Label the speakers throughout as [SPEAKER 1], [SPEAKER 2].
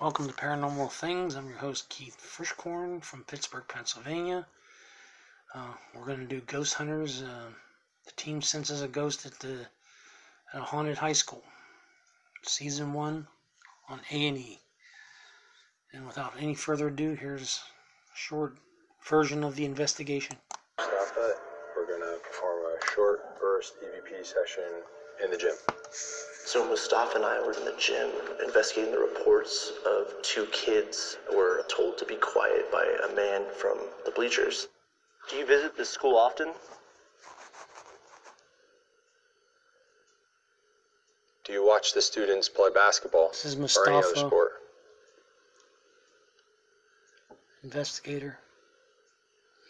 [SPEAKER 1] Welcome to Paranormal Things. I'm your host, Keith Frischkorn from Pittsburgh, Pennsylvania. Uh, we're going to do Ghost Hunters. Uh, the team senses a ghost at the at a haunted high school. Season 1 on A&E. And without any further ado, here's a short version of the investigation.
[SPEAKER 2] Stop that. We're gonna perform a short burst EVP session in the gym.
[SPEAKER 3] So Mustafa and I were in the gym investigating the reports of two kids were told to be quiet by a man from the bleachers. Do you visit this school often?
[SPEAKER 2] Do you watch the students play basketball
[SPEAKER 1] This is
[SPEAKER 2] or any other
[SPEAKER 1] Mustafa.
[SPEAKER 2] sport?
[SPEAKER 1] Investigator.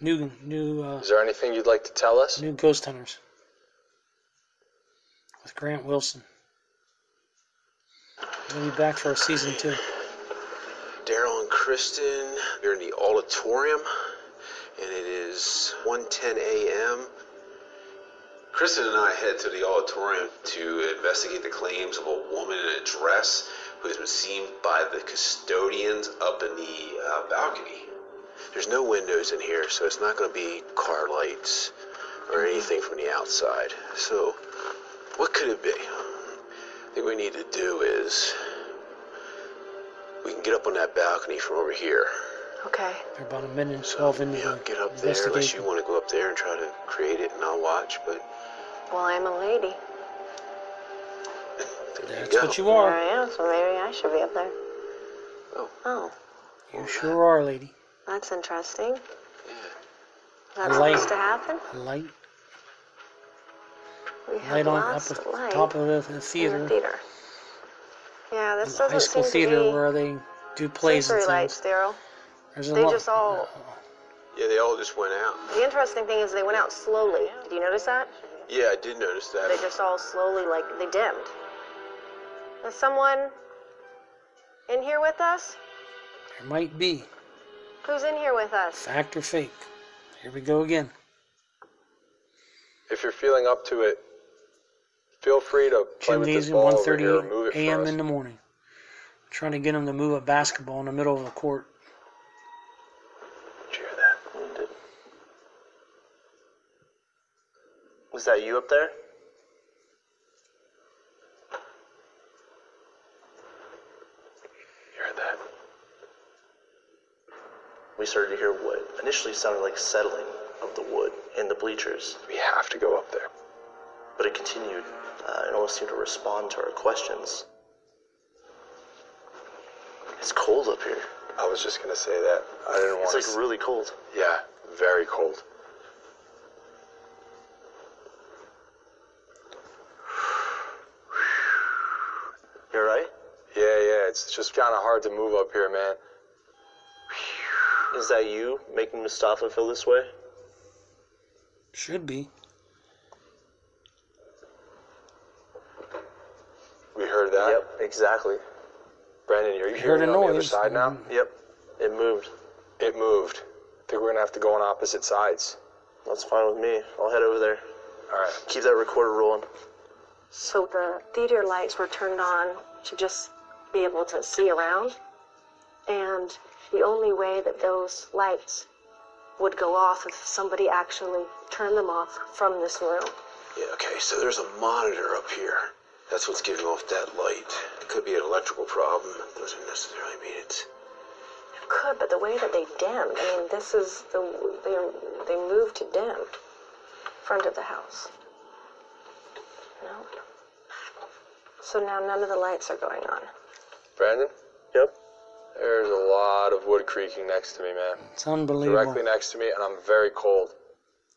[SPEAKER 1] New new uh,
[SPEAKER 2] Is there anything you'd like to tell us?
[SPEAKER 1] new Ghost Hunters with Grant Wilson. We'll be back for season two.
[SPEAKER 4] Daryl and Kristen, you're in the auditorium, and it is 1:10 a.m. Kristen and I head to the auditorium to investigate the claims of a woman in a dress who has been seen by the custodians up in the uh, balcony. There's no windows in here, so it's not going to be car lights or anything from the outside. So, what could it be? I think we need to do is we can get up on that balcony from over here.
[SPEAKER 5] Okay.
[SPEAKER 1] They're about a minute and twelve into
[SPEAKER 4] Yeah,
[SPEAKER 1] the
[SPEAKER 4] get up there unless
[SPEAKER 1] investigation.
[SPEAKER 4] you want to go up there and try to create it, and I'll watch. But
[SPEAKER 5] Well, I'm a lady.
[SPEAKER 4] there
[SPEAKER 1] That's
[SPEAKER 4] you go.
[SPEAKER 1] what you
[SPEAKER 5] There
[SPEAKER 1] are.
[SPEAKER 5] I am, so maybe I should be up there.
[SPEAKER 4] Oh.
[SPEAKER 5] Oh,
[SPEAKER 1] You sure are, lady.
[SPEAKER 5] that's interesting.
[SPEAKER 4] Yeah.
[SPEAKER 5] That's
[SPEAKER 1] Light.
[SPEAKER 5] supposed to happen.
[SPEAKER 1] A light,
[SPEAKER 5] We have
[SPEAKER 1] light on up
[SPEAKER 5] lots
[SPEAKER 1] at
[SPEAKER 5] of
[SPEAKER 1] the
[SPEAKER 5] light
[SPEAKER 1] top of the, the
[SPEAKER 5] in the
[SPEAKER 1] theater,
[SPEAKER 5] theater. Yeah,
[SPEAKER 1] the
[SPEAKER 5] this doesn't
[SPEAKER 1] high school
[SPEAKER 5] seem
[SPEAKER 1] theater
[SPEAKER 5] to be
[SPEAKER 1] where they do plays and
[SPEAKER 5] sensory
[SPEAKER 1] things.
[SPEAKER 5] lights, Daryl.
[SPEAKER 1] There's a
[SPEAKER 5] They
[SPEAKER 1] lot.
[SPEAKER 5] just all.
[SPEAKER 4] Yeah, they all just went out.
[SPEAKER 5] The interesting thing is they went out slowly. Did you notice that?
[SPEAKER 4] Yeah, I did notice that.
[SPEAKER 5] They just all slowly, like they dimmed. Is someone in here with us?
[SPEAKER 1] there might be
[SPEAKER 5] Who's in here with us?
[SPEAKER 1] fact or fake. Here we go again.
[SPEAKER 2] If you're feeling up to it, feel free to play with this
[SPEAKER 1] Gymnasium,
[SPEAKER 2] ball
[SPEAKER 1] one
[SPEAKER 2] over
[SPEAKER 1] thirty
[SPEAKER 2] here or move it for
[SPEAKER 1] a.m.
[SPEAKER 2] us.
[SPEAKER 1] in the morning. Trying to get them to move a basketball in the middle of the court.
[SPEAKER 4] Did you hear that?
[SPEAKER 3] Was that you up there?
[SPEAKER 4] You heard that?
[SPEAKER 3] We started to hear what initially sounded like settling of the wood in the bleachers,
[SPEAKER 4] We have to go up there.
[SPEAKER 3] but it continued uh, and almost seemed to respond to our questions. It's cold up here.
[SPEAKER 4] I was just gonna say that. I didn't
[SPEAKER 3] It's
[SPEAKER 4] want
[SPEAKER 3] like
[SPEAKER 4] to.
[SPEAKER 3] really cold.
[SPEAKER 4] yeah, very cold.
[SPEAKER 3] You're right.
[SPEAKER 2] Yeah, yeah, it's just kind of hard to move up here, man.
[SPEAKER 3] Is that you making Mustafa feel this way?
[SPEAKER 1] Should be.
[SPEAKER 2] We heard that.
[SPEAKER 3] Yep, Uh, exactly.
[SPEAKER 2] Brandon, are you
[SPEAKER 1] Heard
[SPEAKER 2] hearing
[SPEAKER 1] a
[SPEAKER 2] it on the other
[SPEAKER 1] noise. Mm-hmm.
[SPEAKER 2] side now?
[SPEAKER 3] Yep, it moved.
[SPEAKER 2] It moved. I think we're gonna have to go on opposite sides.
[SPEAKER 3] That's fine with me. I'll head over there.
[SPEAKER 2] All right.
[SPEAKER 3] Keep that recorder rolling.
[SPEAKER 5] So the theater lights were turned on to just be able to see around. And the only way that those lights would go off if somebody actually turned them off from this room.
[SPEAKER 4] Yeah. Okay. So there's a monitor up here. That's what's giving off that light. It could be an electrical problem. It doesn't necessarily mean it's.
[SPEAKER 5] It could, but the way that they dimmed, I mean, this is the, they, they moved to dim front of the house. No. So now none of the lights are going on.
[SPEAKER 2] Brandon,
[SPEAKER 3] Yep.
[SPEAKER 2] there's a lot of wood creaking next to me, man.
[SPEAKER 1] It's unbelievable.
[SPEAKER 2] Directly next to me, and I'm very cold.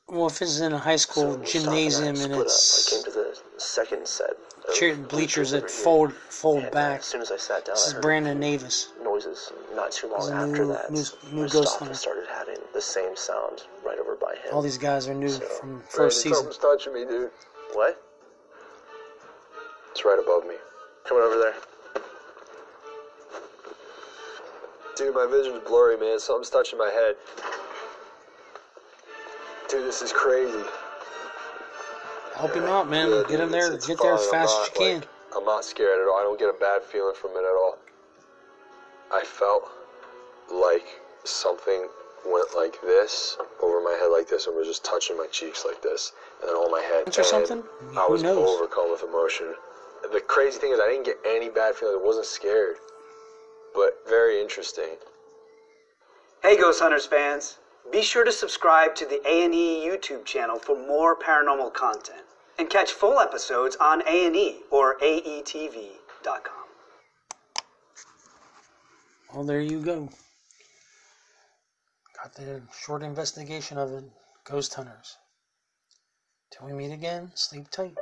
[SPEAKER 1] Well, if it's in a high school
[SPEAKER 3] Mustafa and I
[SPEAKER 1] gymnasium and
[SPEAKER 3] split
[SPEAKER 1] it's
[SPEAKER 3] Up. I came to the second set. of
[SPEAKER 1] chair bleachers that
[SPEAKER 3] over here.
[SPEAKER 1] fold fold
[SPEAKER 3] And, uh,
[SPEAKER 1] back,
[SPEAKER 3] As soon as I sat down,
[SPEAKER 1] this
[SPEAKER 3] I
[SPEAKER 1] is
[SPEAKER 3] heard
[SPEAKER 1] Brandon Navis.
[SPEAKER 3] noises. Not too long
[SPEAKER 1] This is
[SPEAKER 3] after
[SPEAKER 1] new-
[SPEAKER 3] that,
[SPEAKER 1] new- new ghost hunter.
[SPEAKER 3] Mustafa started having the same sound right over by him.
[SPEAKER 1] All these guys are new
[SPEAKER 3] So,
[SPEAKER 1] from
[SPEAKER 2] Brandon,
[SPEAKER 1] first season.
[SPEAKER 2] Something's touching me, dude.
[SPEAKER 3] what?
[SPEAKER 2] It's right above me.
[SPEAKER 3] Coming over there.
[SPEAKER 2] Dude, my vision's blurry, man. Something's touching my head. Dude, this is crazy.
[SPEAKER 1] Help him out, man.
[SPEAKER 2] Yeah,
[SPEAKER 1] get
[SPEAKER 2] dude,
[SPEAKER 1] him
[SPEAKER 2] it's-
[SPEAKER 1] there.
[SPEAKER 2] it's
[SPEAKER 1] Get there as
[SPEAKER 2] fine. I'm
[SPEAKER 1] fast as
[SPEAKER 2] not,
[SPEAKER 1] you can.
[SPEAKER 2] like, I'm not scared at all. I don't get a bad feeling from it at all. I felt like something went like this over my head like this and was just touching my cheeks like this and then all my head
[SPEAKER 1] Or something?
[SPEAKER 2] and I
[SPEAKER 1] Who
[SPEAKER 2] was
[SPEAKER 1] knows?
[SPEAKER 2] overcome with emotion. The crazy thing is I didn't get any bad feelings. I wasn't scared. But very interesting.
[SPEAKER 6] Hey Ghost Hunters fans, be sure to subscribe to the A&E YouTube channel for more paranormal content and catch full episodes on A&E or E aetv.com.
[SPEAKER 1] Well, there you go. Got the short investigation of it. Ghost Hunters. Till we meet again, sleep tight.